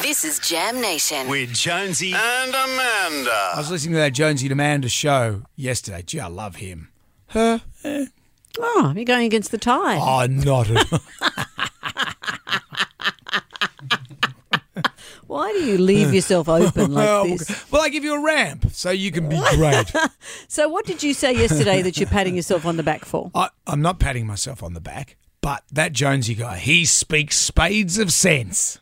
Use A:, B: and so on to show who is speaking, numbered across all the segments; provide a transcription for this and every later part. A: This is Jam Nation.
B: with Jonesy.
C: and
D: I
C: Amanda.
D: was listening to that Jonesy and Amanda show yesterday. Gee, I love him. Her? Eh.
E: Oh, you're going against the tide.
D: Oh, not at all.
E: Why do you leave yourself open like this?
D: Oh, well, I give you a ramp so you can be great.
E: So, what did you say yesterday that you're patting yourself on the back for?
D: I, I'm not patting myself on the back, but that Jonesy guy, he speaks spades of sense.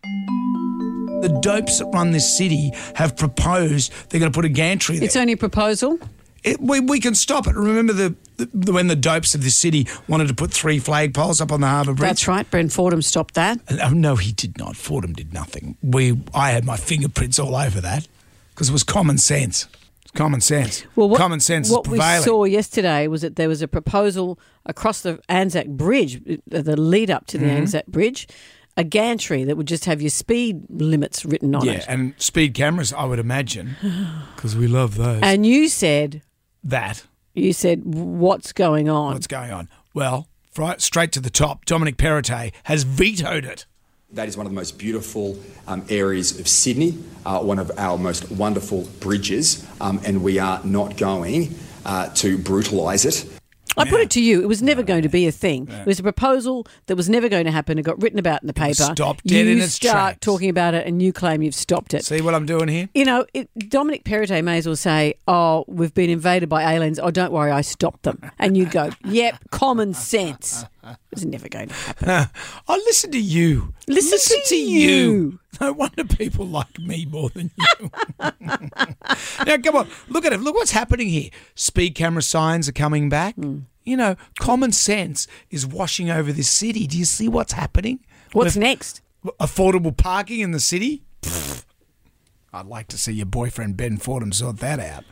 D: The dopes that run this city have proposed they're going to put a gantry there.
E: It's only a proposal.
D: It- we, we can stop it. Remember the, the when the dopes of this city wanted to put three flag poles up on the harbour bridge?
E: That's right. Brent Fordham stopped that.
D: And, oh, no, he did not. Fordham did nothing. We, I had my fingerprints all over that because it was common sense. It's common sense. common sense
E: What
D: is
E: we
D: prevailing.
E: saw yesterday was that there was a proposal across the Anzac Bridge, uh, the lead up to
D: Mm-hmm.
E: the Anzac Bridge, a gantry that would just have your speed limits written on
D: yeah,
E: it.
D: and speed cameras, I would imagine, because we love those.
E: And you said,
D: that
E: you said, what's going on?
D: what's going on? Well, fri- straight to the top. Dominic Perrottet has vetoed it.
F: That is one of the most beautiful um, areas of Sydney, uh, one of our most wonderful bridges, um, and we are not going uh, to brutalise it.
E: I put it to you. It was never going to be a thing. It was a proposal that was never going to happen. It got written about in the paper.
D: was stopped dead
E: you
D: in its
E: start
D: tracks.
E: talking about it, and you claim you've stopped it.
D: See what I'm doing here?
E: You know, it, Dominic Perrottet may as well say, "Oh, we've been invaded by aliens." Oh, don't worry, I stopped them. And you'd go, "Yep, common sense." It was never going to happen.
D: I listen to you.
E: Listen to you.
D: No wonder people like me more than you. now, come on, look at it. Look what's happening here. Speed camera signs are coming back.
E: Hmm.
D: You know, common sense is washing over this city. Do you see what's happening?
E: What's
D: With
E: next?
D: Affordable parking in the city. Pfft. I'd like to see your boyfriend Ben Fordham sort that out.